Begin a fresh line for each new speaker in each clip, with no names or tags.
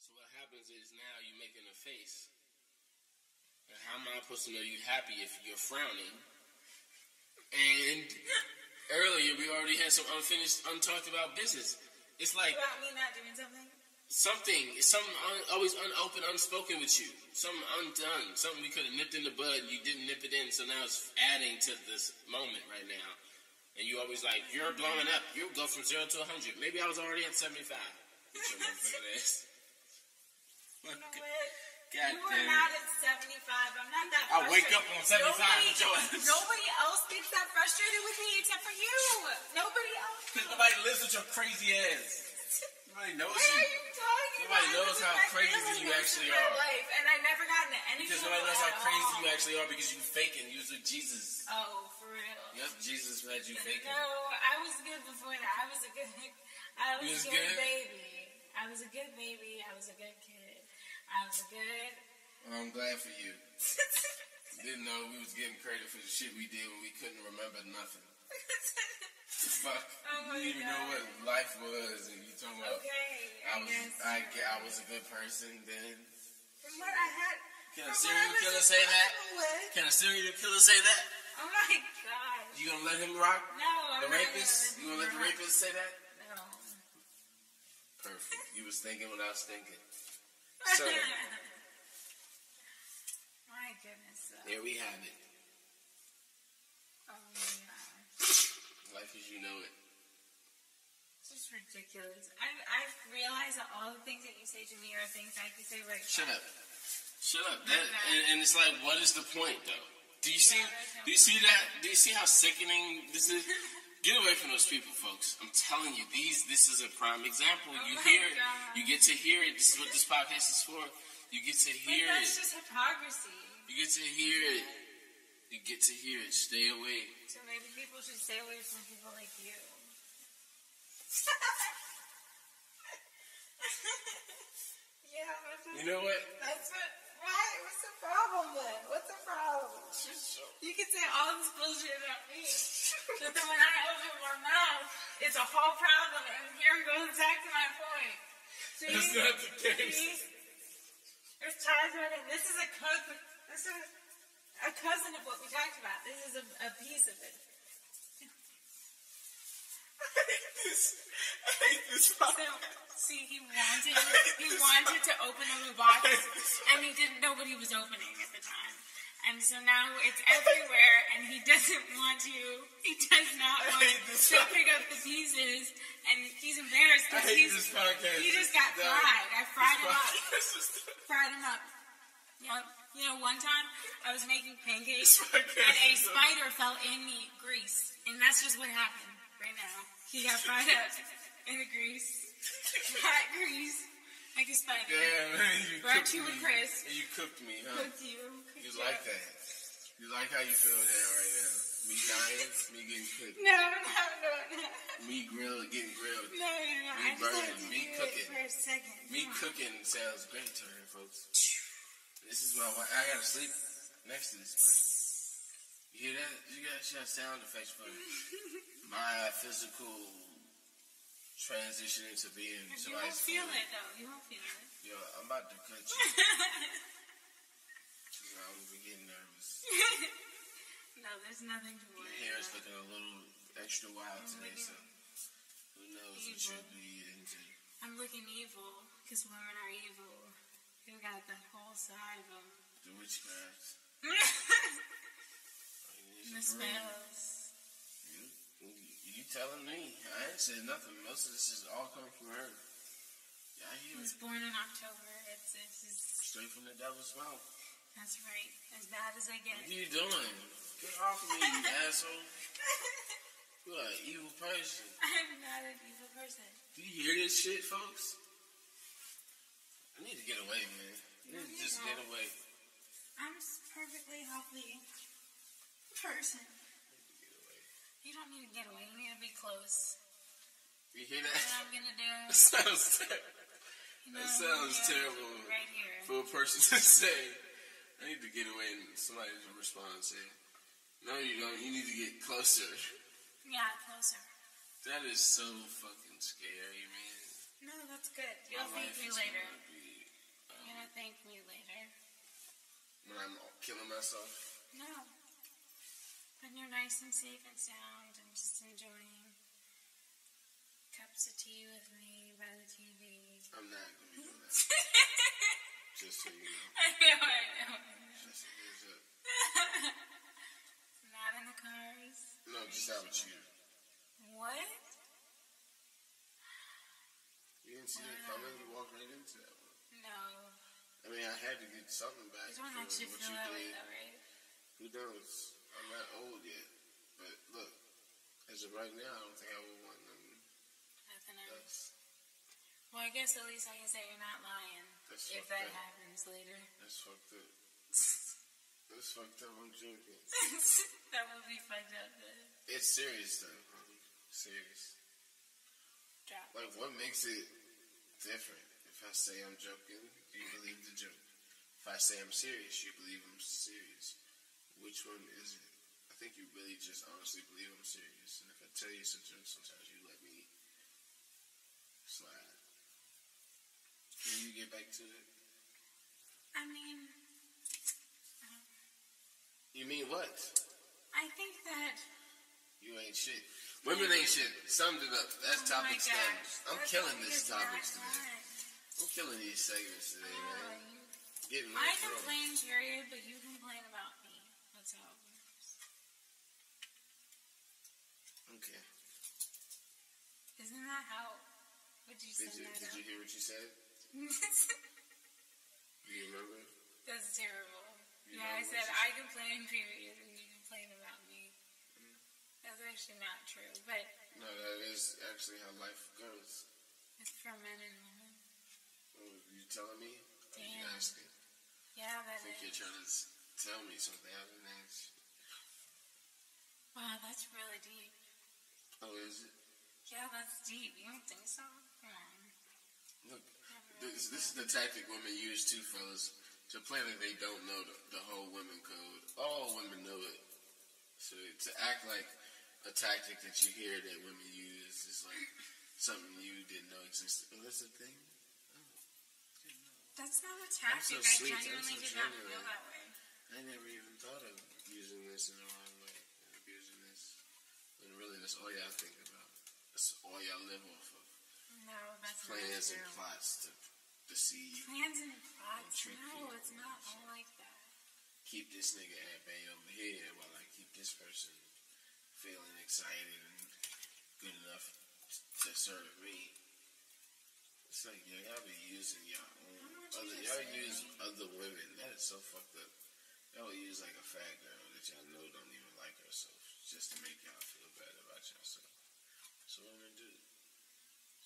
So what happens is now you're making a face. And how am I supposed to know you're happy if you're frowning? And earlier we already had some unfinished, untalked about business. It's like
About me not doing something?
something, it's something un, always unopened, unspoken with you. Something undone, something we could have nipped in the bud and you didn't nip it in. So now it's adding to this moment right now. And you always like, you're blowing up. You go from zero to 100. Maybe I was already at 75. Get your motherfucking ass.
You know what?
God
You are
damn it.
not at 75. I'm not that
I wake up on 75
frustrated.
with your ass.
Nobody, nobody else gets that frustrated with me except for you. Nobody else.
Cause nobody lives with your crazy ass. Nobody knows
What are
you.
you talking
Nobody
about?
knows
This is
how
my
crazy
feeling
you
most
actually
of my
are.
Life, and I've never gotten to any
Because
trouble
nobody knows how
at
crazy
all.
you actually are because you faking. You was with Jesus.
Oh, for real.
Yep, Jesus had you faking.
No, I was good before that. I was a good, I was,
You was
a good,
good?
baby. I was a good baby. I was a good kid. I was a good.
Well, I'm glad for you. Didn't know we was getting credit for the shit we did when we couldn't remember nothing. Fuck.
Oh my
you didn't even know
God.
what life was and you talking about
okay,
I was
guess.
I, ge- I was a good person then.
From what I had.
Can a
from what
serial
I was
killer say that?
involved with-
Can a serial killer say that?
Oh my god.
You gonna let him rock?
No, I'm
The
not
rapist? You gonna
Gonna
let the
him
rapist say that?
rock. No.
Perfect. You was thinking what I was thinking. So-
my goodness. though.
There we have it.
Oh my god.
Life as you know it.
It's just ridiculous. I I realize that all the things that you say to me are things I could say right
Shut
now.
up. Shut up. That, and, and it's like, what is the point, though? Do you see?
Yeah, there's no
Do you see that? Do you see how sickening this is? Get away from those people, folks. I'm telling you, these. This is a prime example.
Oh
you
my
hear it.
God.
You get to hear it. This is what this podcast is for. You get to
But
hear it.
that's just hypocrisy.
You get to hear it. You get to hear it. Stay away.
So maybe people should stay away from people like you. yeah, that's what,
You know what?
that's what. Why? What's the problem then? What's the problem? You can say all this bullshit about me, but then when I open my mouth, it's a whole problem. And here it goes back to my point. See?
That's not the case.
See? It's ties right in. This is a cousin. This is a cousin of what we talked about. This is a, a piece of it. So, see, he wanted he wanted to open up a box, and he didn't know what he was opening at the time. And so now it's everywhere, and he doesn't want to. He does
I
not want
hate this
to pick up the pieces, and he's embarrassed
I
because
hate
he's
this podcast.
he just got
No.
fried. I fried him up.
This
Fried him up. You know, you know, one time I was making pancakes,
podcast
and a
is so-
spider fell in the grease, and that's just what happened right now. He got fried up in the grease, hot grease, like a
Damn,
spider.
man, you
Brought
cooked
you
me.
with Chris.
You cooked me, huh?
Cooked you.
You
cooked
like that. You like how you feel there right now. Me dying, me getting cooked,
No, no, no, no,
me grilled, getting grilled.
no, no, no.
Me
I just had
burning,
to
me
do
cooking.
it for a second.
Me
Come on.
cooking sounds great to her, folks. This is why why- I gotta sleep next to this person. You hear that? You gotta shout sound effects for my physical transition into being
You
somebody's
won't feel
food.
it though. You won't feel it.
Yo, I'm about to cut you. I'm getting nervous.
no, there's nothing
My
to worry
hair is
about.
looking a little extra wild
Oh my
today, so who knows what
Evil.
you'll be into.
I'm looking evil because women are evil. You got that whole side of them.
The witchcraft. I mean, it's
the
a broom.
smells.
You, you telling me? I ain't said nothing. Most of this is all coming from her. Yeah, I
I
hear
was
it.
born in October. It's, it's, it's
Straight from the devil's mouth.
that's right. As bad as I
What
get.
are you doing? Get off me, you asshole. You're an evil person.
I'm not an evil person.
Do you hear this shit, folks? I need to get away, man. I need to just get away.
I'm s- perfectly healthy person.
Get away.
You don't need to get away. You need to be close.
You hear
You know what
that?
I'm gonna do?
that sounds terrible.
You know
That
what I'm gonna
sounds
do?
terrible.
Right here.
for a person to say, I need to get away and somebody to respond and say, No, you don't. You need to get closer.
Yeah, closer.
That is so fucking scary, man.
No, that's good. You'll
My
thank
life
me
is
later.
gonna be, um,
You're gonna thank me later.
When I'm killing myself.
No. When you're nice and safe and sound and just enjoying cups of tea with me by the TV.
I'm not gonna be doing that.
I
Just so you know.
know, I know.
Just so you know.
Not in the cars.
No, just out with you.
What?
You didn't see that coming. You walked right into that one.
No.
I mean, I had to get something back.
You don't
for
actually
what
feel
you
that way
did.
though, right?
Who knows? I'm not old yet. But look, as of right now, I don't think I would want nothing
Nothing else.
else.
Well, I guess at least I can say you're not lying.
That's
If
fucked
that
up.
happens later.
That's fucked up. That's fucked up. I'm joking.
that would be fucked up though.
It's serious though. homie. Serious.
Drop.
Like, what makes it different? If I say I'm joking, you believe the joke. If I say I'm serious, you believe I'm serious. Which one is it? I think you really just honestly believe I'm serious. And if I tell you something, sometimes you let me slide. Can you get back to it?
I mean,
You mean what?
I think that.
You ain't shit. Women ain't shit. Summed it up. That's
oh my
topic done.
gosh,
I'm
that
killing
topic
this
is not
topics today.
mine.
I'm killing these segments today, man.
Oh, you-
Getting
I
real drunk.
complain, period, but you complain about me. That's how it works.
Okay.
Isn't that how? Would you
Did
send
you,
that
did you hear what you said?
out?
Do you remember?
That's terrible.
You
yeah,
know
I
what
said
she
I complain, period, and you complain about me.
Mm-hmm.
That's actually not true, but
No, that is actually how life goes.
it's for men and women.
Oh, you telling me? Or you
Damn.
asking?
Yeah,
I
that
think you're
is.
trying to s- tell me something. I didn't ask.
Wow, that's really deep.
Oh, is it?
Yeah, that's deep. You don't think so? Come on.
Look, this, this is the tactic women use too, fellas, to play like they don't know the, the whole women code. All women know it. So to act like a tactic that you hear that women use is like something you didn't know existed. Oh, that's a thing.
That's not a
I'm so
tactic.
sweet,
I
I'm
genuinely
so
did not
genuine.
feel that way.
I never even thought of using this in the wrong way and abusing this. When really, that's all y'all think about. That's all y'all live off of.
No, that's
Plans
not
and
true.
plots to deceive.
Plans and plots.
Trick
No,
people
it's
and
not
shit.
all like that.
Keep this nigga at bay over here while I keep this person feeling excited and good enough to serve me. It's like, yo, y'all be using y'all own.
Why don't you
Other,
just
y'all
say
use
me?
other women. That is so fucked up. Y'all will use like a fat girl that y'all know don't even like herself just to make y'all feel bad about yourself. That's what women do.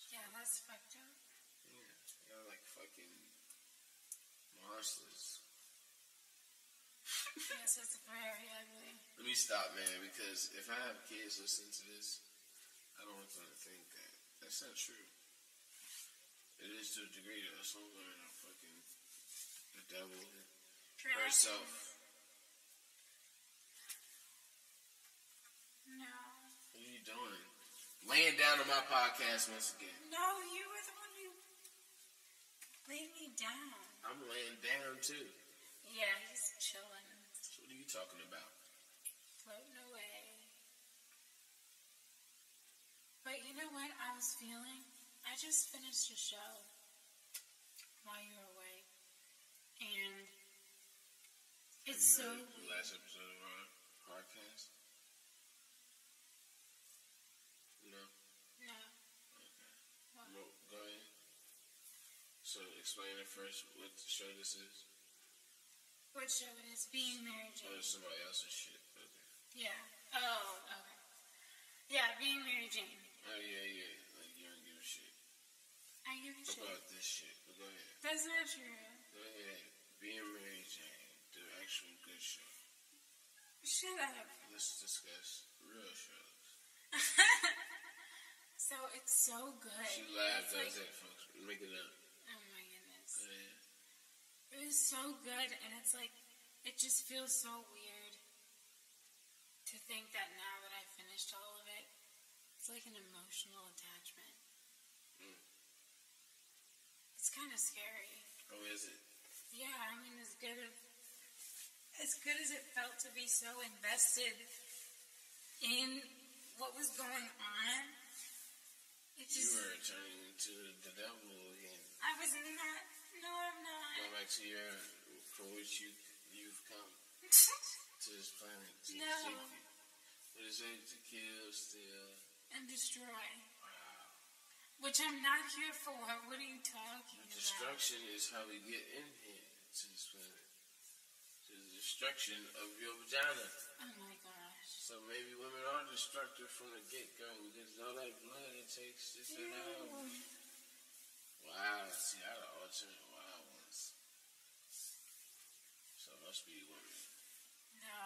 Yeah, that's fucked up.
Yeah. Y'all like fucking monsters.
Yes, it's very ugly.
Let me stop, man, because if I have kids listening to this, I don't want them to think that. That's not true. It is to a degree, though. Some women are fucking the devil herself.
No.
What are you doing? Laying down on my podcast once again.
No, you were the one who laid me down.
I'm laying down, too.
Yeah, he's chilling,
So what are you talking about?
floating away. But you know what I was feeling? I just finished a show while you were away. And it's so
You heard the
weird.
last episode of our podcast? No?
No.
Okay.
What?
Well, go ahead. So explain it first what show this is.
What show it is? Being Mary
Oh,
Jane.
it's somebody else's shit. Okay.
Yeah. Oh, okay. Yeah, Being Mary Jane.
Oh yeah, yeah. Like you don't give a shit
I give a shit.
about this shit. But go ahead.
That's not true.
Go ahead. Being Mary Jane, the actual good show.
Shut up.
Let's discuss real shows.
so it's so good.
She lied,
It's
does
like-
it, folks? Make it up.
Oh my
Go
goodness.
ahead.
It was so good, and it's like, it just feels so weird to think that now that I finished all of it, it's like an emotional attachment.
Mm.
kind of scary.
Oh, is it?
Yeah, I mean, as good of, as good as it felt to be so invested in what was going on,
You
it just
are turning into the devil again.
I was not. No, I'm not.
Go back to your from which you you've come to this planet to
No.
seek you. What is it to kill, steal?
and destroy,
Wow.
which I'm not here for. What are you talking about?
Destruction is how we get in here to this planet. To the destruction of your vagina.
Oh my gosh.
So maybe women are destructive from the get go because all that blood it takes this and that. Wow, see, I don't alternate wild ones. So it must be women.
No.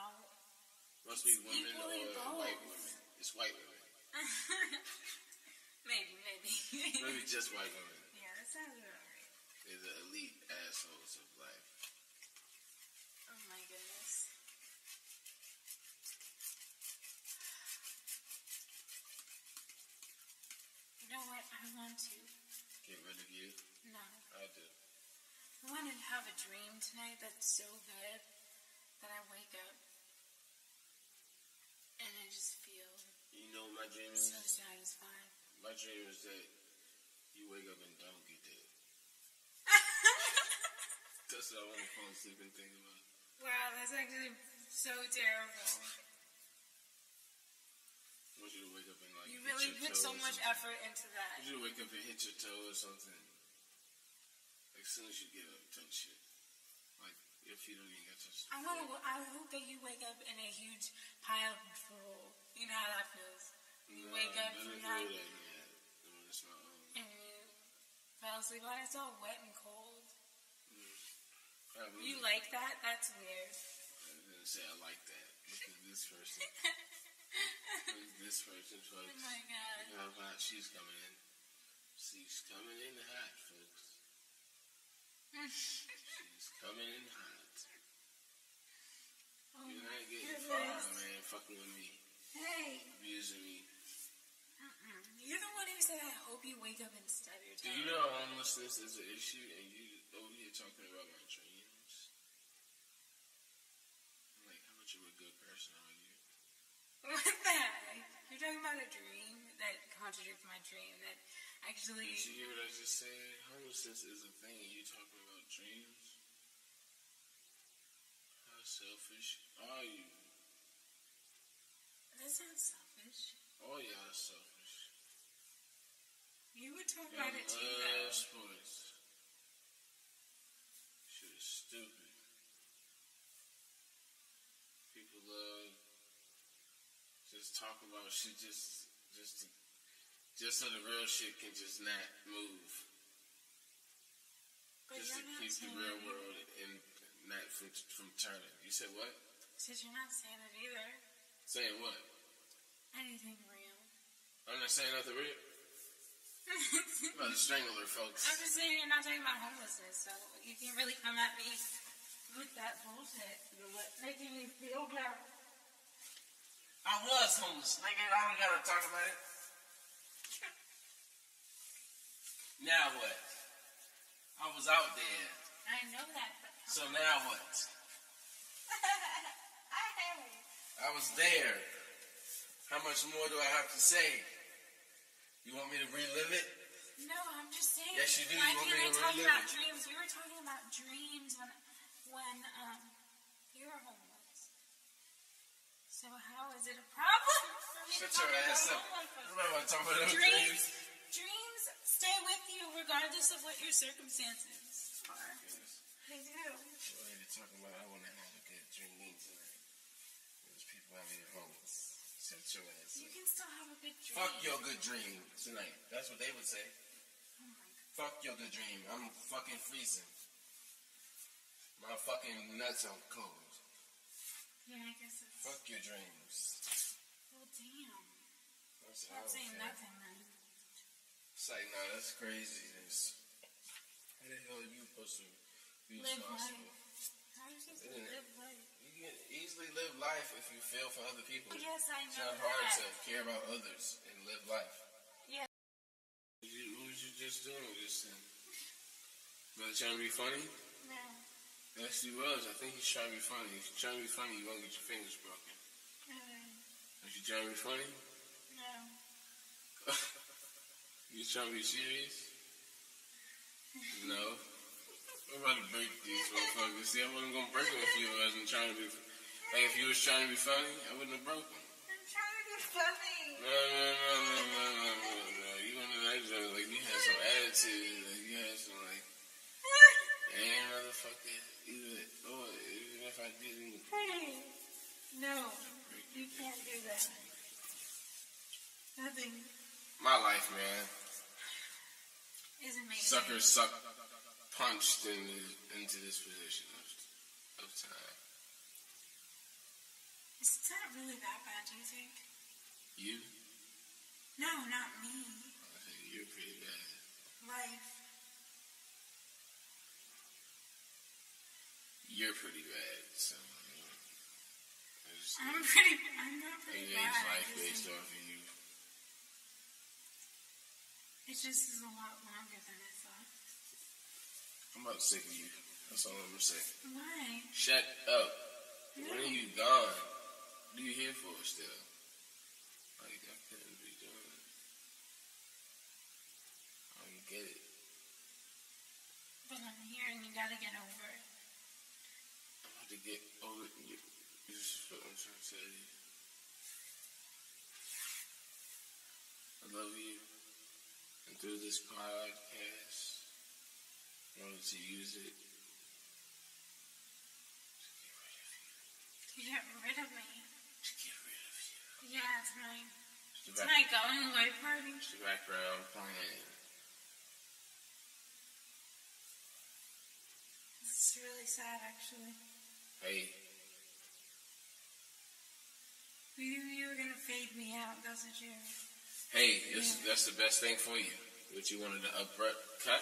Must be
It's
women or
equally
white
both.
women. It's white women.
maybe, maybe.
Maybe just white women.
yeah, that sounds about right.
They're the elite assholes of life.
Oh my goodness. You know what? I want to.
Get rid of you.
No.
I do.
I want to have a dream tonight that's so good that I wake up and I just feel
You know what my dream is?
so satisfied.
My dream is that you wake up and don't get dead. That's what I want to fall asleep and think about.
wow, that's actually so terrible.
I want you to wake up and like.
You
hit
really
your
put
toe
so
or
much
something.
effort into
I
that.
want you to wake up and hit your toe or something. Like, as soon as you get up, touch shit. Like, your feet don't even get touched.
I want to. I hope that you wake up in a huge pile of drool. You know how that feels. You wake up
I
from
didn't
that
do that yet. I mean, it's my own.
and you fell asleep on it. It's all wet and cold.
Probably.
You like that? That's weird.
I didn't say I like that. Look at this person. Look at this person,
oh
folks.
my god.
Look how hot she's coming in. She's coming in hot, folks. She's coming in hot.
Oh
You're
my
not getting far,
goodness.
man. Fucking with me.
Hey.
Abusing me.
Mm-mm. You're the one who said, I hope you wake up and stutter.
Do you know homelessness is an issue and you over here talking about my dreams? I'm like, how much of a good person are you?
What the heck? You're talking about a dream that contradicts my dream that actually.
Did you hear what I just said? Homelessness is a thing and you talking about dreams? How selfish are you?
That sounds selfish.
All y'all are selfish.
You would talk
Y'all
about it too, though.
love sports. Shit is stupid. People love just talk about shit just just to, just so the real shit can just not move.
But
just to
you're not
keep the
saying
real
that
world and not from from turning. You said what?
Said you're not saying it either.
Saying what?
Anything real.
I'm not saying nothing real. I'm
I'm
about to strangle her, folks.
just saying you're not talking about homelessness, so you can't really come at me with that bullshit. You're what- making me feel bad.
I was homeless, nigga. I don't gotta talk about it. Now what? I was out there,
I know that, but
so now what?
Hey.
I was there. How much more do I have to say? You want me to relive it?
No, I'm just saying.
Yes, you do.
Why
You want
can't
me to
I talk
relive
about
it?
dreams? We were talking about dreams when, when um, you were homeless. So how is it a problem for me to
Shut
talk
your
about
ass up. I
homelessness?
don't want to talk about no
Dreams,
dreams.
dreams stay with you regardless of what your circumstances are. They do.
We're here to talk about I want to have a good dream tonight. There's people out here homeless. Shut your ass
You
up.
can still have a good dream.
Fuck your good dream tonight. That's what they would say.
Oh my God.
Fuck your good dream. I'm fucking freezing. My fucking nuts are cold.
Yeah, I guess it's.
Fuck Oh, your dreams.
Well, damn.
That's
Not
care.
saying nothing then.
It's like, nah, that's craziness. How the hell are you supposed to be
Live
responsible?
How are you supposed to
Isn't it?
live life?
You can easily live life if you feel for other people.
Oh, yes, I
It's
know
not Hmm. hard
that.
to care about others and live life.
Yeah.
What was you, what was you just doing with this thing? Brother trying to be funny?
No.
Yes, he was. I think he's trying to be funny. If you're trying to be funny, you won't get your fingers broken.
No.
If you're trying to be funny,
No.
you trying to be serious? No. I'm about to break these motherfuckers. See, I wasn't gonna break them if you wasn't trying to be. Like, if you was trying to be funny, I wouldn't have broke them.
I'm trying to be funny.
No, no, no, no, no, no, no, no. You wanna like, like you had some attitude, like you had some like. And motherfucker, either or even if I didn't
hey. No.
break
You can't do that. Nothing
my life, man.
is amazing.
Suckers suck punched into, into this position of, of time.
It's not really that bad, do you think?
You,
No, not me.
I think you're pretty bad.
Life.
You're pretty bad. So I mean, I just
I'm pretty. I'm not pretty
everything's
bad. I
life
just
based
think
off of you.
it just is a lot longer than I thought.
I'm about sick of you. That's all I'm gonna say.
Why?
Shut up.
No.
When are you gone? What are you here for still? Like I couldn't be doing it. I don't get it.
But I'm here, and you gotta get over it.
I'm about to get over it. You, this is what I'm trying to tell you. I love you. And through this podcast, I wanted to use it. To
To get rid of me.
get rid of you.
Yeah, it's my.
To
It's
get rid of you. It's the,
my
back,
going away party.
it's the background plan.
It's really sad, actually.
Hey,
You knew you were gonna fade me out, doesn't you?
hey, this, that's the best thing for you. What you wanted to upcut? cut?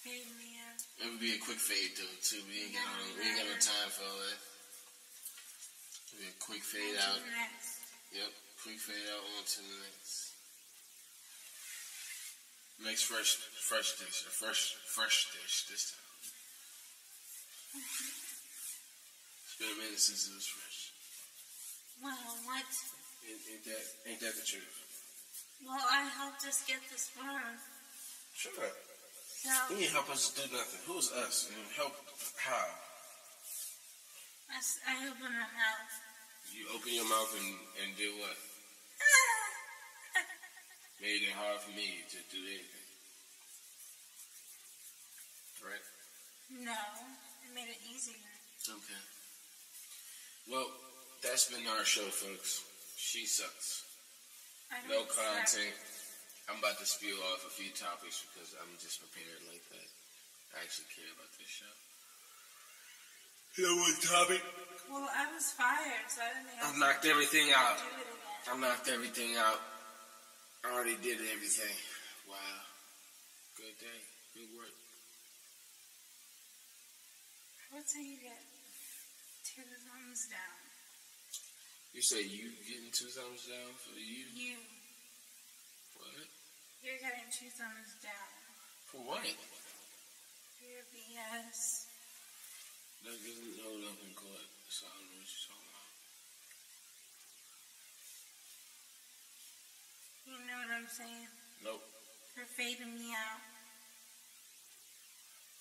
Fade me out.
It would be a quick fade though, too. We ain't got no, we ain't got no time for all that. It'll be a quick fade out.
Until Next.
Yep, quick fade out on to the next. Next fresh, fresh dish, a fresh, fresh dish this time. It's been a minute since it was fresh.
Well, what?
Ain't, ain't that, ain't that the truth?
Well, I helped us get this far.
Shut up.
So
You didn't help us do nothing. Who's us? And help how?
I, s- I opened my mouth.
You open your mouth and, and did what? made it hard for me to do anything. Right?
no, it made it easier.
Okay. Well, that's been our show, folks. She sucks.
I
No
don't
content. I'm about to spew off a few topics because I'm just prepared like that. I actually care about this show. You know what topic?
expect- Well, I was fired, so I didn't think
I've
I
knocked everything out.
could do it
I
again.
knocked everything out. I already did everything. Wow. Good day. Good work.
I would say you get two thumbs down.
You say you getting two thumbs down for you?
You,
What?
you're getting two thumbs down.
For what?
For your BS.
That doesn't hold up in court, so I don't know what you're talking about.
You know what I'm saying?
Nope.
For fading me out.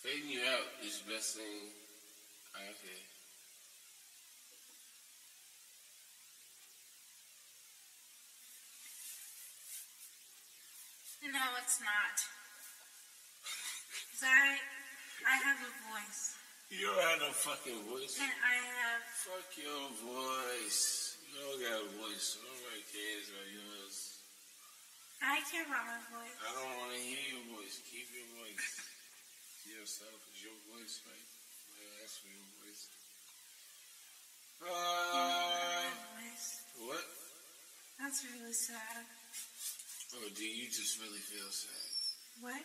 Fading you out is the best thing I okay.
No, it's not. 'Cause I, I have a voice,
You don't have no fucking voice.
and I have
Fuck your voice. You don't got a voice. so Nobody cares about yours.
I care about my voice.
I don't want to hear your voice. Keep your voice. to yourself is your voice, right? Nobody asked for your voice. Uh,
My voice.
what?
That's really sad.
Or Oh, do you just really feel sad?
What?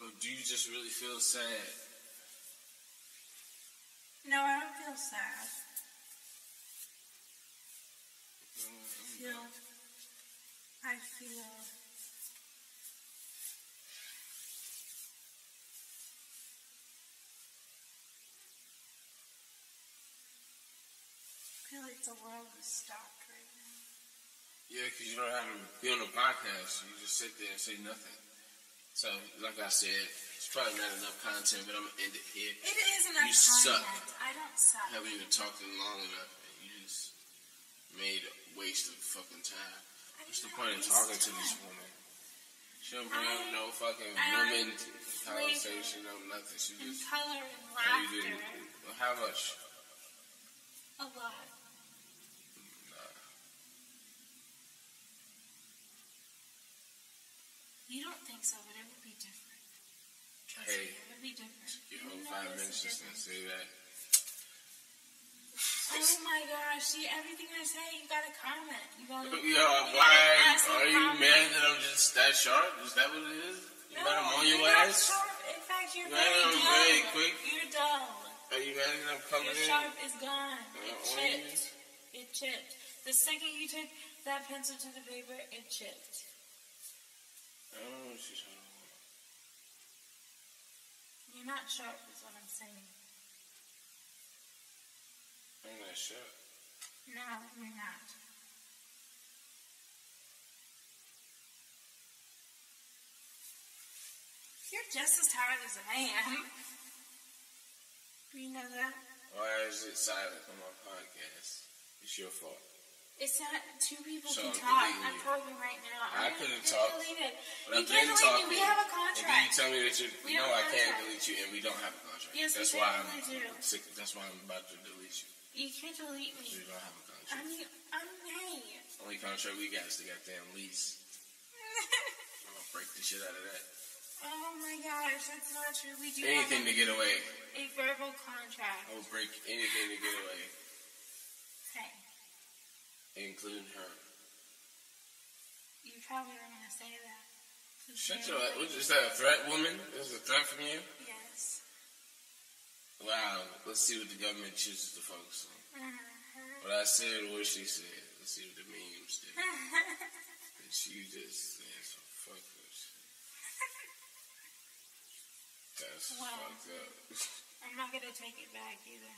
Or do you just really feel sad?
No, I don't feel sad.
Mm,
I feel. I feel the world is stopped right now.
Yeah, because you don't have to be on a podcast. You just sit there and say nothing. So, like I said, it's probably not enough content, but I'm going to end it here.
It is enough
You suck.
content. I don't suck.
I haven't even talked in long enough, and you just made a waste of fucking time.
I
What's the
don't
point of
waste
talking to this
time.
woman? She don't bring no fucking
I don't-
woman conversation, no nothing. She
And
just,
color and
you
laughter.
didn't. Well, how much?
A lot. You don't think so, but it would be different. Trust
Hey,
me, it would be different.
Your
You
whole
know
five
it's
minutes just
different.
gonna say that.
Oh my gosh, see, everything I say, you gotta comment. You gotta,
Yo,
you
why
gotta ask
are
a
you
comment.
mad that I'm just that sharp? Is that what it is? You
No,
mad I'm on your
you're not
ass?
Sharp. In fact, you're
Man,
very
I'm
dull.
very quick.
You're dull.
Are you mad that I'm coming in?
Your sharp is gone.
Uh,
It
on you?
chipped. It chipped. The second you took that pencil to the paper, it chipped.
I don't know what she's talking about.
You're not sharp, is what I'm saying.
I'm not sharp.
No, you're not. You're just as tired as I am. You know that?
Why is it silent on my podcast? It's your fault.
It's not two people
So
can
I'm
talk.
deleting
I'm
you.
talking right now.
I
I'm
couldn't
gonna
talk,
delete it.
But
You
I've
can't
been
delete me.
talking.
We have a
And then you
contract.
tell me that you
We
no,
have a
I can't
contract.
delete you, and we don't have a contract.
Yes, we
that's why I'm,
definitely do.
I'm sick. That's why I'm about to delete you.
You can't delete
'cause We
me.
don't have a contract.
I'm I'm May.
Only contract we got is the goddamn lease. I'm gonna break the shit out of that.
oh my gosh, that's not true. We do have
Anything to get away.
a, a verbal contract.
I will break anything to get away,
Hey,
including her.
you probably were gonna say that.
Shut your. What is that a threat, woman? Is a threat from you?
Yes.
Wow. Let's see what the government chooses to focus on.
Uh-huh.
What I said, what she said. Let's see what the memes did. And she just said some fucked up shit. That's
Wow.
fucked up.
I'm not gonna take it back either.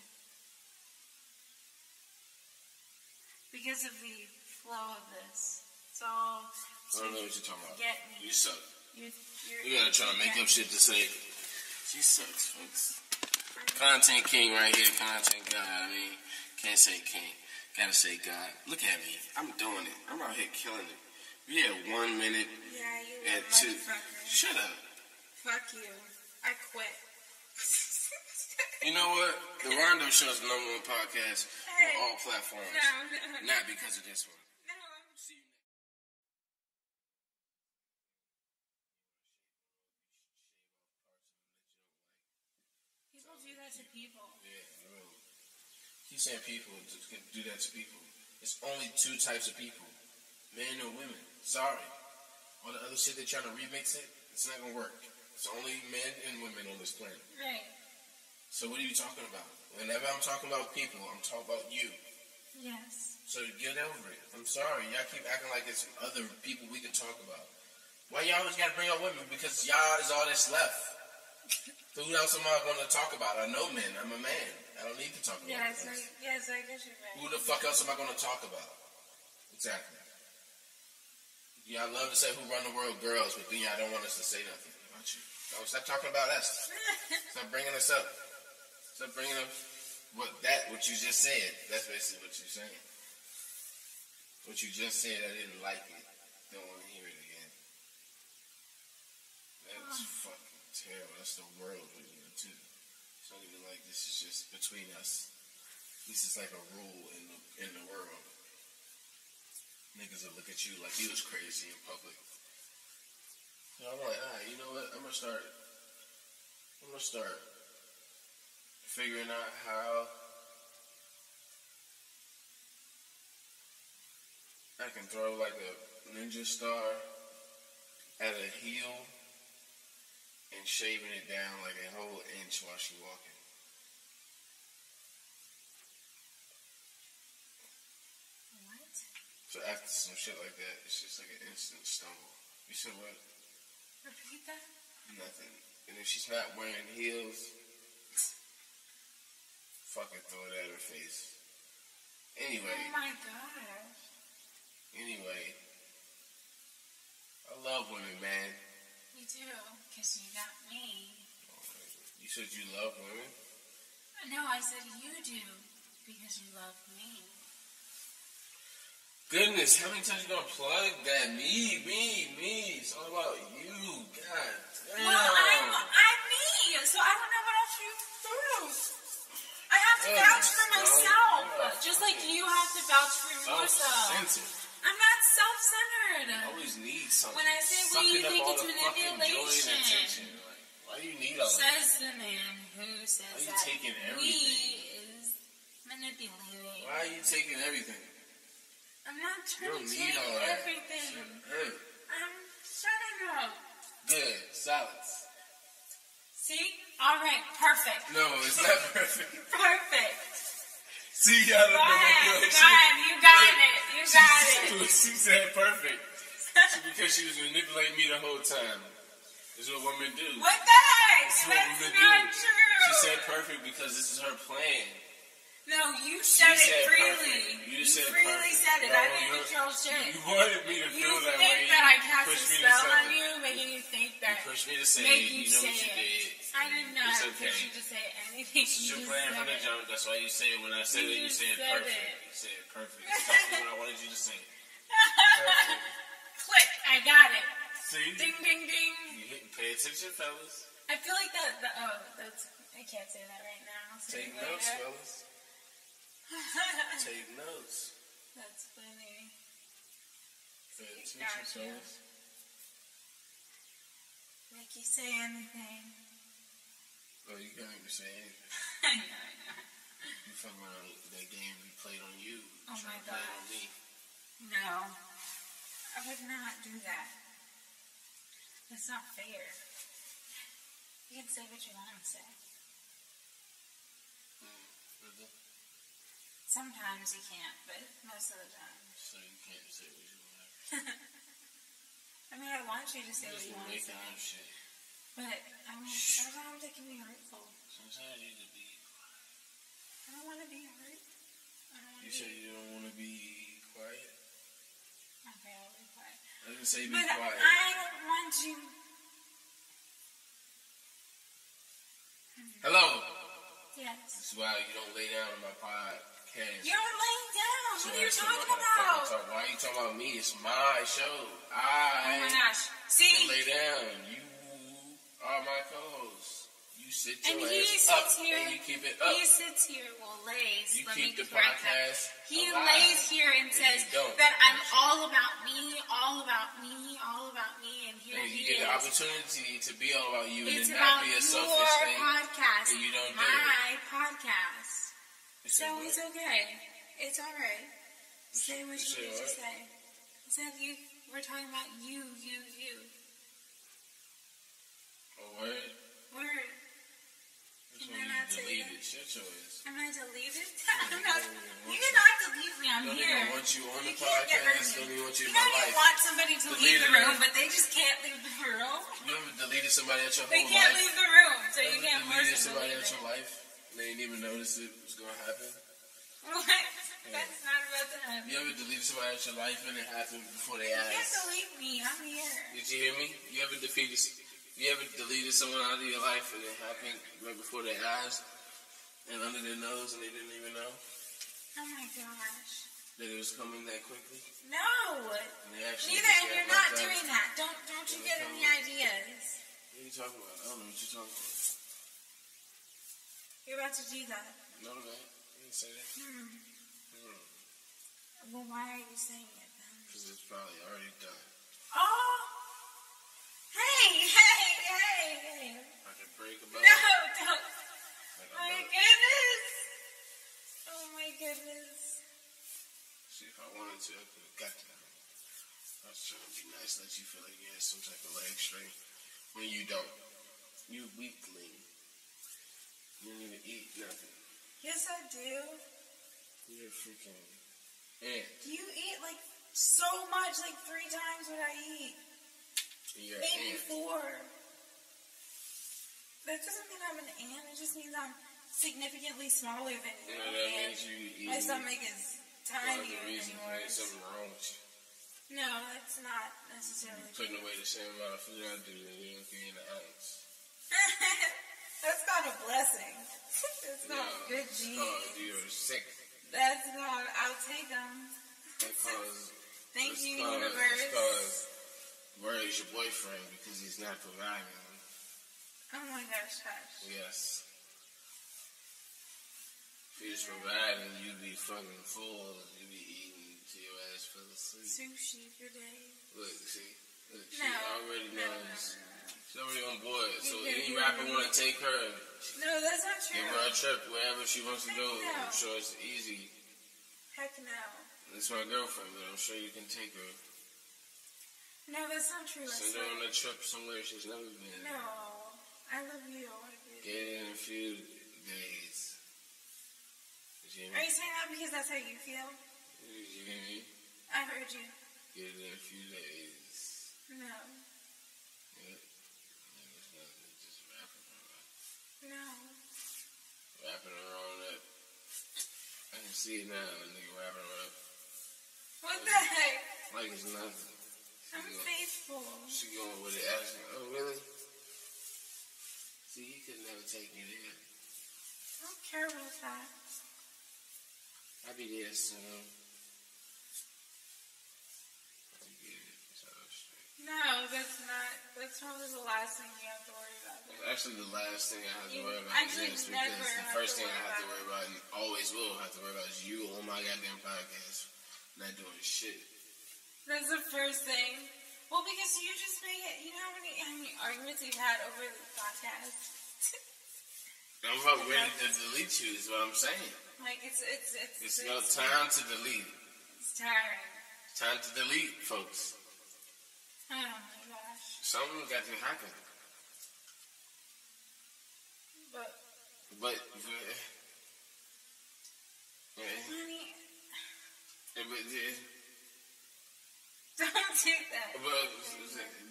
Because of the flow of this. It's all
I don't know what you're talking about.
get
You
me.
suck.
You,
You gotta try to make up shit to say. She sucks, folks. Content king right here, content god. I mean, can't say king, gotta say god. Look at me, I'm doing it. I'm out here killing it. We had one minute
Yeah,
and
you little
two.
motherfucker.
Shut up.
Fuck you. I quit.
You know what? The Rondo Show is the number one podcast
Hey.
on all platforms.
no, no, no.
Not because of this one.
I'm
See you next.
People do that to people.
Yeah, I mean, keep saying people just can do that to people. It's only two types of people, men or women. Sorry, all the other shit they're trying to remix it, it's not gonna work. It's only men and women on this planet.
Right.
So what are you talking about? Whenever I'm talking about people, I'm talking about you.
Yes.
So get over it. I'm sorry, y'all keep acting like it's other people we can talk about. Why y'all always gotta bring up women? Because y'all is all that's left. So who else am I gonna talk about? I know men. I'm a man. I don't need to talk about
Yes,
this.
I, yes, I guess you're right.
Who the fuck else am I going to talk about? Exactly. Yeah, I love to say who run the world girls, but then y'all don't want us to say nothing about you. No, stop talking about us. Stop bringing us up. Stop bringing up what that what you just said. That's basically what you're saying. What you just said, I didn't like it. Don't want to hear it again. That's fucking terrible. That's the world we live in too. It's not even like this is just between us. This is like a rule in the in the world. Niggas will look at you like you was crazy in public. So I'm like, ah, you know what? I'm gonna start. I'm gonna start figuring out how I can throw like a ninja star at a heel and shaving it down like a whole inch while she walking.
What?
So after some shit like that, it's just like an instant stumble. You said what?
Repeat that?
Nothing. And if she's not wearing heels, fucking throw it at her face. Anyway,
Oh my gosh.
anyway. I love women, man.
You do, because you got me.
You said you love women?
No, I said you do, because you love me.
Goodness, how many times you gonna plug that? Me, me, me. It's all about you. God damn.
Well, I'm, I'm me, so I don't know what else you do. I have to
Oh,
vouch for
no.
myself,
Yeah.
just like you have to vouch for
I'm
yourself.
sensitive.
I'm not self-centered.
I always need something.
When I say we,
Sucking
you
up
think
all
it's
the fucking Joy
manipulation.
and attention. Like, why do you need all that?
Says the man who
Why
says
you
that
taking
we
everything?
is manipulating.
Why are you taking everything?
I'm not
You
trying
don't
to
need
take
all that.
everything.
Hey,
I'm shutting up.
Good. Silence.
See? All right, perfect.
No, it's not perfect.
Perfect.
See, y'all
Go
don't
ahead.
know
Go ahead. You got it. You got it.
She said perfect. Because she was manipulating me the whole time. Is what women do.
What the heck?
That's what
That's
women do.
not true.
She said perfect because this is her plan.
no, you said
You
it
said
freely.
perfect. You said
freely
perfect.
said it.
No,
I didn't
you're-
control shit.
You wanted me to
You,
feel that way.
think that I cast a
pushed me to
spell
say
on
it.
you, making you think that.
Pushed me to say
Make
it. You
you
know what
say
you
it.
did.
I did not
It's
push
okay.
you to say anything.
It's
You
your plan
said
from the
it.
jump. That's why you say it. When I said
You
it, you
just
said it
said
perfect.
it.
You said it perfect. Exactly what I wanted you to say. Perfect.
Click. I got it.
See?
Ding, ding, ding.
You hit, pay attention, fellas.
I feel like that. The, oh, that's. I can't say that right now. So
Take
later.
notes, fellas. Take notes.
that's funny.
Pay attention,
Gotcha.
fellas.
Make you say anything.
Oh, you can't even say anything.
I know, I know.
You fucking around with that game we played on you.
Oh
trying
my
to play it on
gosh.
me.
No, I would not do that. That's not fair. You can say what you want to say.
Mm-hmm. Brother,
Sometimes you can't, but most of the time.
So you can't say what you want.
I mean, I want you to
You
say what
just
you want to
making
say,
up shit.
but I mean, sometimes it can be hurtful.
Sometimes you just be.
I don't want to be hurt. I don't want
You
to
say
be.
you don't want to be quiet.
Okay, I'll be quiet.
I didn't say be
But
quiet.
I don't want you.
Hello.
Yes.
This is why you don't lay down on my podcast.
You're laying down.
So
What are you
that's why I
talking
gotta
about?
fucking talk. Why are you talking about me? It's my show. I
Oh my gosh.
can
See,
lay down. You are my co-host. You sit your
And
ass
he sits
up
here.
and you keep it up.
he sits here, well, lays.
you
let
keep
me
the
correct that.
podcast
He
alive.
lays here and says
you don't.
that I'm all about me, all about me, all about me, and here
And you get
he
the
is.
opportunity to be all about you
It's
and not
about
be
your
a selfish thing.
podcast,
and you don't do
my podcast.
You
So
said what?
it's okay. It's all right. Say
You
what you
said
need to
what?
say. Instead of you, we're talking about you, you, you.
A word?
We're
That's
Can
when
I
you
not say
delete
that?
it. Shut your ass.
Am I deleted?
No,
I'm not.
you don't
You
want
cannot delete me. I'm
Don't
here.
even want you on the
You can't get rid of
podcast. Don't
me.
even want you
You
in
know
my
you
life.
want somebody to leave
Deleted
the room,
me.
but they just can't leave the room.
You ever deleted somebody at your
They
whole
can't
life?
leave the room, so you
Ever
can't force
deleted
them to
somebody
leave
at your
it.
life? and They didn't even notice it was gonna happen.
What? That's not about to happen.
You ever deleted somebody at your life and it happened before they
You can't
asked?
delete me. I'm here.
Did you hear me? You ever defeated? You ever deleted someone out of your life and it happened right before their eyes and under their nose and they didn't even know
Oh my gosh.
that it was coming that quickly?
No.
And they actually just
Neither, and
got
you're not
knocked out?
doing that. Don't don't you get any ideas.
What are you talking about? I don't know what you're talking about.
You're about to do that.
No, no, I didn't say that. Mm-hmm.
Hmm.
No,
Well, why are you saying it then?
because it's probably already done.
Oh! Hey, hey, hey, hey!
I can break a
No,
bone.
don't!
Like
Oh my
I'm not,
goodness! Oh my goodness!
see, if I wanted to, I could have got that. I was trying to be nice, let you feel like you had some type of leg strength. When you don't, you weakling. You don't even eat nothing.
Yes, I do.
You're a freaking ant.
You eat like so much, like three times what I eat.
You're an
Maybe
ant.
four. That doesn't mean I'm an ant, it just means I'm significantly smaller than you.
You know, that means you
My
eat.
stomach is
Probably
tinier
the
than
reason there's
yours.
something wrong with you.
No, that's not necessarily
You're
true.
putting away the same amount of food I do, and you don't get an ounce.
that's not a blessing. That's not
No,
good
it's
genes.
called You're sick.
That's not. I'll take them.
That causes
Thank
It's
you,
called- it's
universe.
called, Where is your boyfriend? Because he's not providing.
Oh my gosh, gosh.
Yes. If he was providing, you'd be fucking full and you'd be eating till your ass fell asleep.
Sushi for days.
Look, see? Look, she
No.
already
no, no,
knows. She's already on board. So
You
any
can-
rapper want to take her,
No, No, that's not
give
true.
her a trip wherever she wants to go.
No.
I'm sure it's easy.
Heck no.
It's my girlfriend, but I'm sure you can take her.
No, that's not true. That's
Send her
not.
on a trip somewhere she's never been.
No. I love you. I love you.
Get it in a few days. You hear
Are
me?
you saying that because that's how you feel?
You hear me?
I heard you.
Get it in a few days.
No.
Yep. And it's not- it's just wrapping her up.
No.
Wrapping her on up. I can see it now, a nigga wrapping her up.
What the heck?
Like it's nothing.
I'm faithful.
She going with it asking, oh really? See, he could never take me there.
I don't care about that.
I'll be there soon. I'll be there. It's all straight.
No, that's not. That's probably the last thing you have to worry about.
Actually, the last thing I have to
You
worry about
actually
is this
never
because the
have
first
to
thing I
worry
have to
about
worry about and always will have to worry about is you on my goddamn podcast, not doing shit.
That's the first thing. Well, because you just make it. You know how many, how many arguments you've had over the podcast.
I'm about ready to delete you, is what I'm saying.
like it's it's it's
It's no time to delete.
It's tiring.
Time to delete, folks.
Oh my gosh.
Something got to happen.
But
But, but, but, uh,
honey,
but,
don't do that.
but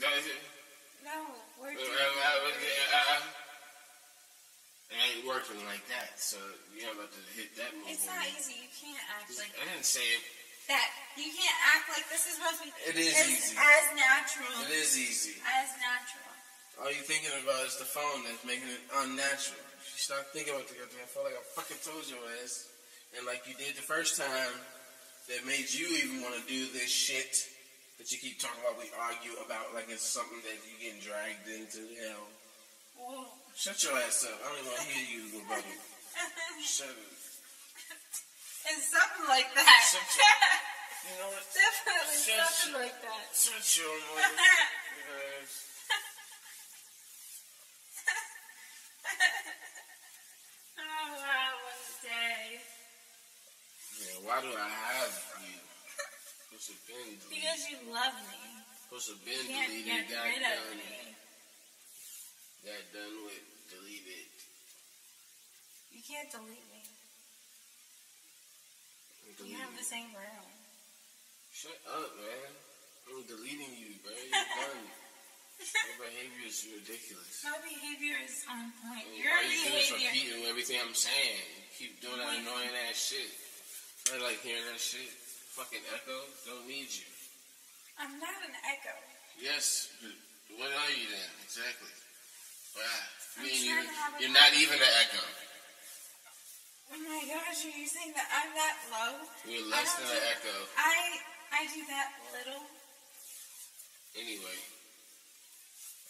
that's it.
No, we're
I-
doing.
I- I- I- It ain't working like that, so you're about to hit that move.
It's
on
not
me.
easy. You can't act like
I didn't say it.
that. You can't act like this is supposed to be.
It is
as,
easy.
As natural.
It is easy.
As natural.
All you thinking about is the phone that's making it unnatural. If you stop thinking about the goddamn phone, like I fucking told your ass, and like you did the first time, that made you even want to do this shit that you keep talking about. We argue about like it's something that you getting dragged into hell.
Whoa.
Shut your ass up. I don't even want to hear you, little buddy. Shut up.
and something like that.
Something- You know what?
Definitely
Shut-
something like that.
Shut your mother. Yes.
That's oh wow, what a day.
Yeah, why do I have you? Supposed to been deleted.
Because you love me.
Supposed to
You
been
can't get
deleted. Got
rid of
done.
me.
Got done with. Deleted.
You can't delete me.
I'm
You have
deleting you.
the same room.
Shut up, man. I'm deleting you, bro. You're done. Your behavior is ridiculous.
My behavior is on
I
point.
mean,
Your
all you do is
behavior.
repeating everything I'm saying. You keep doing that annoying ass shit. I like hearing that shit. Fucking echo. Don't need you.
I'm not an echo.
Yes. but What are you then? Exactly. Wow.
I'm
I mean, you,
trying to have a
you're not even an echo.
Oh my gosh, are you saying that I'm that low?
You're less
I
than
don't
an
do-
echo.
I I do that little.
Anyway,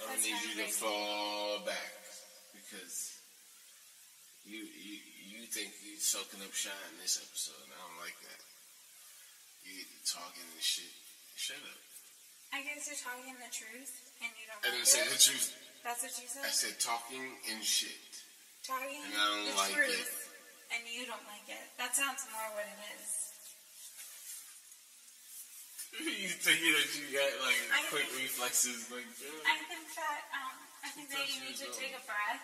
I don't
That's
need
not
you to
crazy.
fall back because you you you think you soaking up shine this episode. And I don't like that. You talking and shit. Shut up.
I guess you're talking the truth and you don't.
I
like
didn't say
it.
the truth.
That's what you said.
I said talking and shit.
talking
And I don't
the
like
truth,
it.
and you don't like it. That sounds more what it is.
you thinking that you got like
I
quick
think-
reflexes like that?
I think that um, I think that you need to take a breath.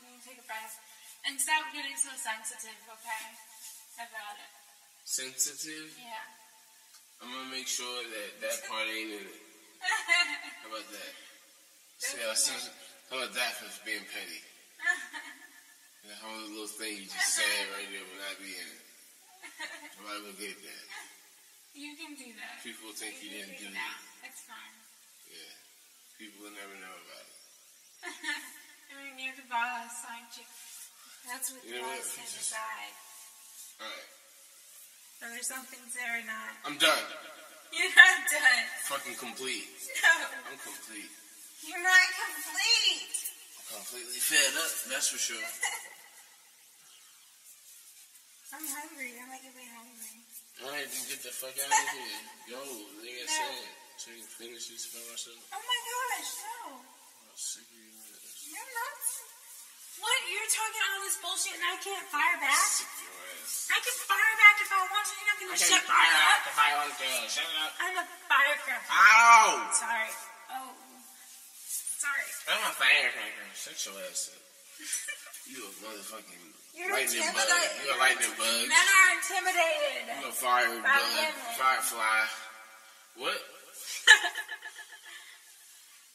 You need to take a breath and stop getting so sensitive, okay? About it.
sensitive.
Yeah.
I'm gonna make sure that that part ain't in it. How about that? See how, sen- how about that for being petty? That whole little thing you just said right there will not be in it. Nobody will get that.
You can do that.
People will think you
can
didn't do
it
that.
out. It's fine.
Yeah. People will never know about it.
I mean, you're the boss, aren't you? That's what
You know what?
the boss can decide.
All right.
Whether something's there or not.
I'm done.
You're not done.
Fucking complete.
No.
I'm complete.
You're not complete.
Completely fed up, that's for sure.
I'm hungry. I'm like, really hungry.
All right, then get the fuck out of here. Yo, like I said, so you can finish this by myself.
Oh my gosh, no.
I'm sick of you. ass.
You're not. What? You're talking all this bullshit and I can't fire back?
Sick of your ass.
I can fire back if I want to. You're not
I
gonna
can't
shut me
fire out
up.
the fire on the girl. Shut up.
I'm a firecracker.
Ow!
Sorry. Oh. Sorry.
I'm a firecracker. Shut your ass up. You a motherfucking
You're
lightning bug.
intimidating.
You a lightning bug.
Men are intimidated.
You a fire
By
bug.
women.
Firefly. What?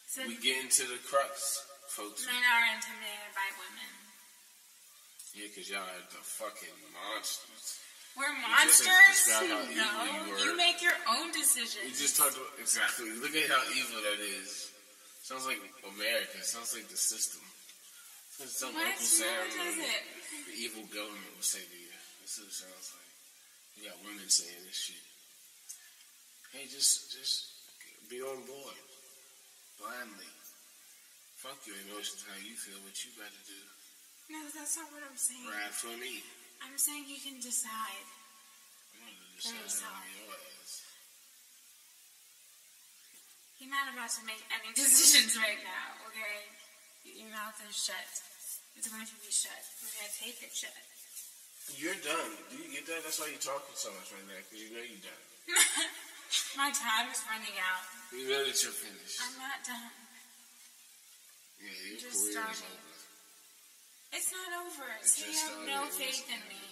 So
We get into the crux, folks.
men are intimidated by women.
Yeah, because y'all are the fucking monsters.
We're
just
monsters.
described how evil
no,
you were.
you make your own
We
decisions.
just talked about exactly. Look at how evil that is. Sounds like America. Sounds like the system. Sounds
What?
like
No,
Uncle Sam and
it doesn't.
the evil government will say to you. That's what it sounds like. You got women saying this shit. Hey, just just be on board blindly. Fuck your emotions, how you feel, what you got to do.
No, that's not what I'm saying.
Ride for me.
I'm saying you can decide.
I'm gonna decide on your ass.
You're not about to make any decisions right now, okay? Y- Your mouth is shut. It's going to be shut. We're going to take it shut.
You're done. Do you get that? That's why you're talking so much right now, because you know you're done.
My time is running out.
You know that you're finished.
I'm not done.
Yeah, your
Just
career is
started.
over.
It's not over.
It's
So you
just
have
started.
no
It was-
faith in me.
It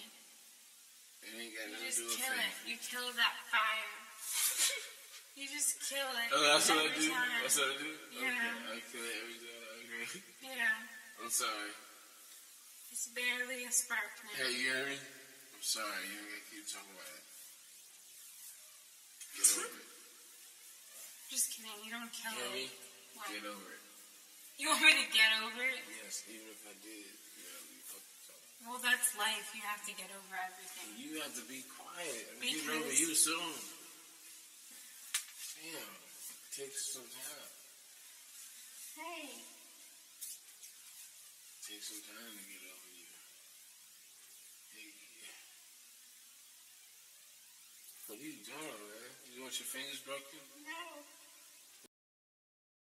ain't got nothing
You
to
just
do with
kill it.
faith.
You kill that fire. you just kill it.
Oh, that's what I
every
do.
time.
That's what I do.
Yeah.
Okay, I kill it every day. Okay.
Yeah.
I'm sorry.
It's barely a spark now.
Hey, you hear me? I'm sorry. You ain't gonna keep talking about it. Get over it.
Just kidding. You don't kill
You hear me?
it. What?
Get over it.
You want me to get over it?
Yes, even if I did, you know, you fucking talk.
Well, that's life. You have to get over everything.
You have to be quiet. I'm getting
Because-
over you soon. Damn. Takes some time.
Hey.
Takes some time to get over you. Hey. What are you doing, man? You want your fingers broken?
No.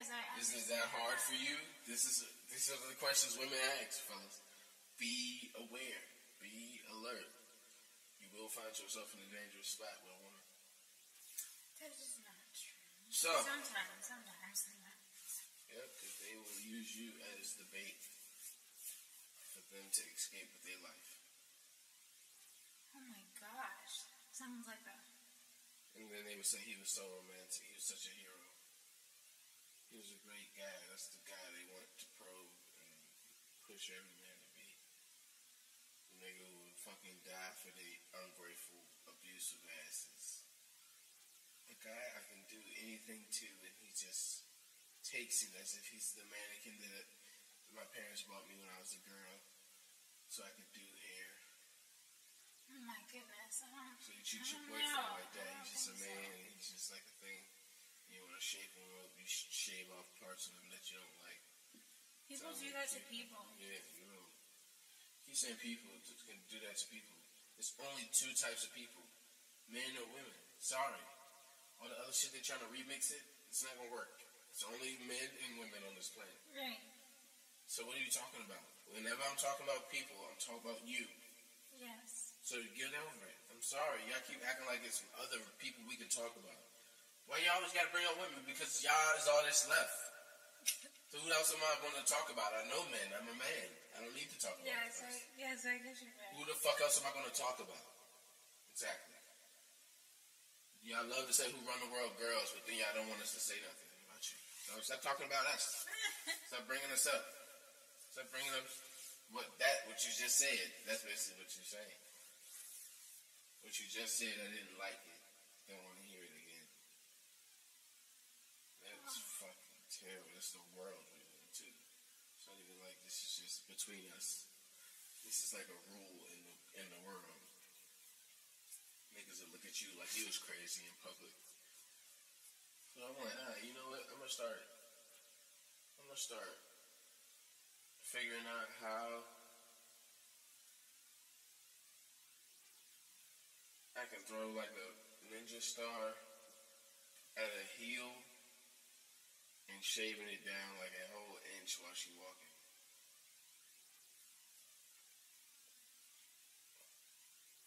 Is that-
Is it that hard for you? This is these are the questions women ask, fellas. Be aware. Be alert. You will find yourself in a dangerous spot with a woman.
That is not true.
So,
Sometimes, sometimes, sometimes.
yep, 'cause they will use you as the bait for them to escape with their life.
Oh my gosh. Sounds like a
And then they would say he was so romantic. He was such a hero. He was a great guy. That's the guy they want to probe and push every man to be. The nigga would fucking die for the ungrateful, abusive asses. The guy I can do anything to, and he just takes it as if he's the mannequin that my parents bought me when I was a girl, so I could do hair.
Oh my goodness. I don't
So you treat your
I don't
boyfriend
know.
like that.
I don't
He's just a
think so.
man. and He's just like a thing. You want to shape him up. You sh- shave off parts of him that you don't like.
People do that to people.
Yeah, you know. Keep saying people t- can do that to people. It's only two types of people, men or women. Sorry. All the other shit they're trying to remix it, it's not gonna work. It's only men and women on this planet.
Right.
So what are you talking about? Whenever I'm talking about people, I'm talking about you.
Yes.
So get over it. I'm sorry. Y'all keep acting like it's other people we can talk about. Why y'all always gotta bring up women? Because y'all is all that's left. So who else am I gonna talk about? I know men. I'm a man. I don't need to talk about
Yes, I,
this.
yes, I get you right.
Who the fuck else am I gonna talk about? Exactly. Y'all love to say who run the world girls, but then y'all don't want us to say nothing about you. So stop talking about us. Stop bringing us up. Stop bringing up what that what you just said. That's basically what you're saying. What you just said, I didn't like it. Don't want to hear it again. That was fucking terrible. That's the world we live in, too. It's not even like this is just between us. This is like a rule in the, in the world. Niggas will look at you like you was crazy in public. So I'm like, ah, you know what? I'm gonna start. I'm gonna start figuring out how I can throw like a ninja star at a heel and shaving it down like a whole inch while she walking.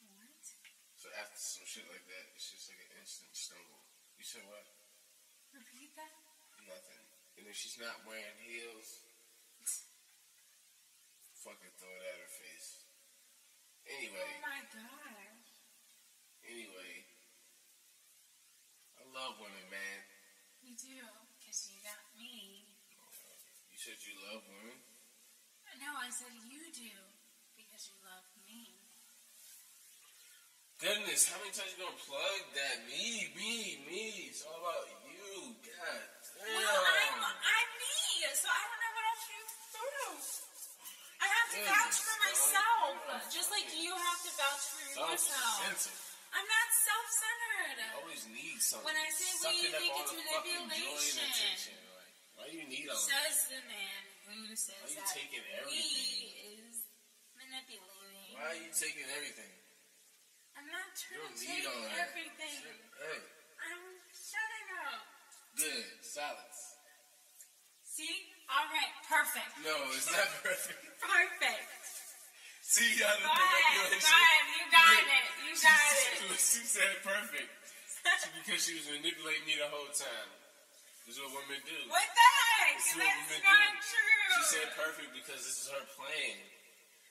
What?
So after some shit like that, it's just like an instant stumble. You said what?
Repeat that? Oh
Nothing. And if she's not wearing heels, fucking throw it at her face. Anyway,
Oh my god.
anyway. I love women, man.
You do, because you got me.
You said you love women?
No, I said you do, because you love me.
Goodness, how many times you gonna plug that? Me, me, me. It's all about you. God damn.
Well, I'm, I'm me, so I don't know what else you do. I have to vouch for
Goodness,
myself,
God.
just like you have to vouch for
so
yourself.
sensitive.
I'm not self-centered.
Always need something.
When I say we,
Sucking
you
up
think
all
it's
the fucking Joy
manipulation.
and attention. Like, why do you need all that?
Says the man who says
Why you
that
taking
he
everything?
is manipulating.
Why are you taking everything?
I'm not
You
trying
don't
to
need
take
all that.
everything.
Shut up.
I'm shutting up.
Good. Silence.
See? All right, perfect.
No, it's not perfect.
Perfect.
See, y'all
Fine,
didn't
fine. You got it. You got it.
She said perfect. It's because she was manipulating me the whole time. This is what women do.
What the heck?
It's what
That's
women
not
do.
true.
She said perfect because this is her plan.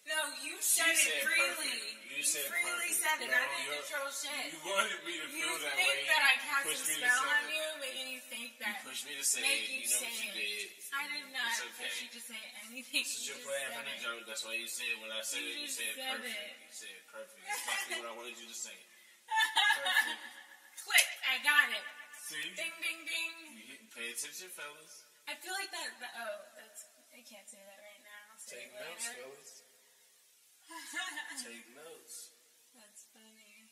no, you said
she
it
said
freely.
perfect. You said
freely
perfect.
said it. I
No,
didn't
you're-
control shit.
You wanted me to
You
feel that
think
way.
that I
You
cast a
pushed me to
spell
say
on
it.
you, making you think
You
that.
pushed me to say
Make
it.
you
You know what
say
you did.
it. I did not
It's
push
okay.
you to say anything.
This is
You
your
just
plan
said
for the
it.
joke. That's why you said when I said
You
it, you
just
said
said
perfect.
it.
You said perfect. Exactly what I wanted you to say. Perfect.
Click. I got it.
See?
Ding, ding, ding.
You hit- Pay attention, fellas.
I feel like that. that oh, that's. I can't say that right now. I'll say
Take
it
notes,
later.
fellas. Take notes.
That's funny.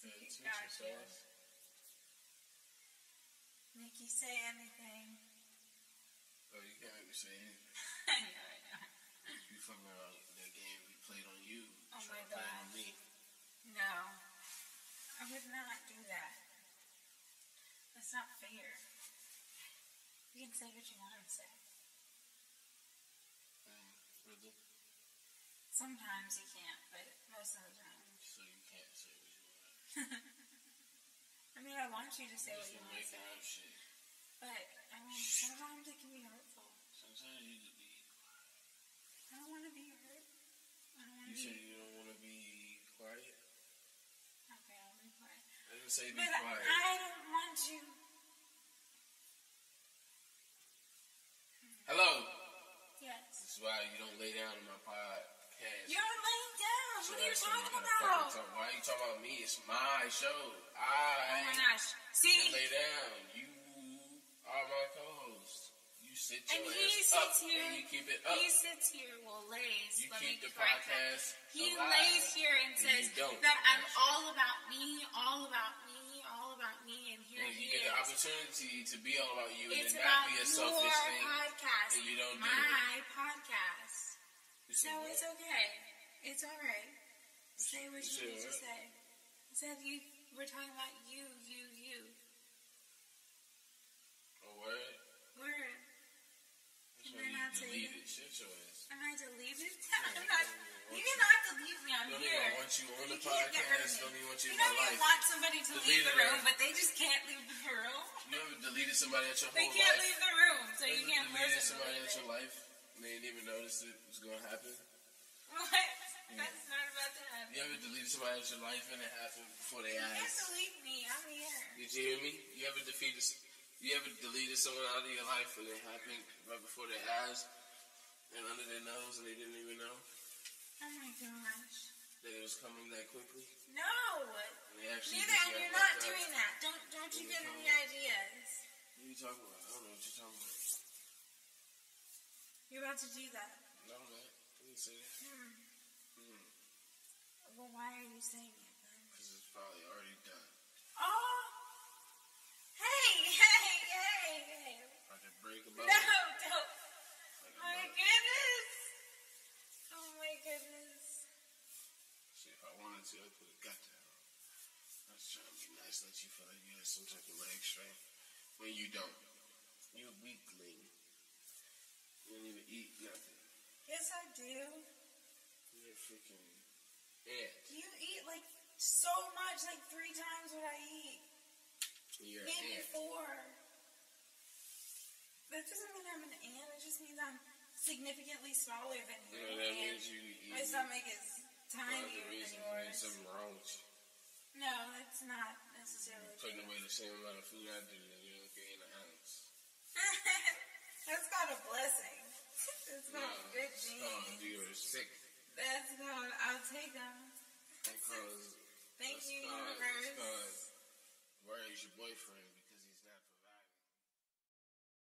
Pay
See,
attention,
gotcha.
fellas.
Make you say anything.
Oh, you can't make me say anything.
I know, I know.
You fucking around that game we played on you.
Oh
trying
my
to play
God.
on me.
No. I would not do that. That's not fair. You can say what you want to say.
Mm, really?
Sometimes you can't, but most of the time.
So you can't say what you want.
I mean, I want you to say what
Just
you
been
want to
making up
say,
shit.
but I mean, sometimes it can be hurtful.
Sometimes you just be
I don't want to be hurt. I don't want
You say
to be.
you don't want to be quiet.
Okay, I'll be quiet.
I didn't say be
But I,
quiet.
I don't want you.
Hello.
Yes.
This is why you don't lay down in my podcast.
You're laying down.
So
What are you
that's why
talking
gotta fucking
about?
talk- Why are you talking about me? It's my show.
Oh
I
my gosh.
can
See,
lay down. You are my co-host. You sit your
And
ass
he sits
up
here.
and you keep it up.
he sits here, well, lays.
you
let
keep
me
the
correct that.
podcast
He
alive.
lays here
and
and says
you don't.
that I'm all about me, all about me, all about me, and here
And you
he
get the
is.
opportunity to be all about you
It's
and then not
about
be a
your
selfish thing.
podcast,
and you don't do
my
it.
podcast.
You
So
said what?
it's okay. It's all right. Say what
You
you
said
need to
what?
say. I said you. We're talking about you, you, you.
A word?
We're.
That's
Can
why
I not
you
say
delete
it?
it. Shit your ass.
Am I deleted?
Yeah,
I'm not.
I don't even want you.
You do not delete me. I'm
Don't
here.
even want you on the
You can't get rid of
podcast.
me.
Don't even want you
You
in
don't
my
even
life.
want somebody to
Delete
leave the
it.
room, but they just can't leave the room.
You ever deleted somebody at your
They
whole
can't
life?
leave the room, so you
Ever
can't
deleted
listen.
somebody at your
What?
life and they didn't even notice it was going to happen?
That's not about to happen.
You ever deleted somebody at your life and it happened before they
You can't
asked?
delete me. I'm here.
Did you hear me? You ever defeated? You ever deleted someone out of your life and it happened right before their eyes and under their nose and they didn't even know?
Oh my gosh.
that it was coming that quickly?
No.
And they actually
Neither,
just
and
got
you're
like
not
that?
doing that. Don't don't you
Neither
give
can
any
we.
ideas.
What are you talking about? I don't know what you're talking about.
You're about to do that.
No, man. I didn't say that.
Hmm.
Mm.
Well, why are you saying it then?
Because it's probably already done.
Oh. Hey, hey, hey, hey.
I can break
No,
about it.
don't.
I can
My
break-
goodness. Oh my goodness.
Shit, if I wanted to, I could have got that. I was trying to be nice, let you feel like you had some type of leg strength. When you don't. You're a weakling. You don't even eat nothing.
Yes, I do.
You're a freaking ant.
You eat like so much, like three times what I eat.
You're an
Maybe
ant.
four. That doesn't mean I'm an ant. It just means I'm significantly smaller than
You
you.
know, that
and
means you eat.
my stomach is
Part of
tinier
the
than
reason there's
yours.
something wrong with you.
No, that's not
You're
necessarily true.
putting away the same amount of food I do, and you don't gain an ounce.
that's not a blessing. That's not a good
it's called
gene.
you're sick.
That's not, I'll take them.
That causes
Thank
That's
you,
fine, that's
universe.
fine. Where is your boyfriend?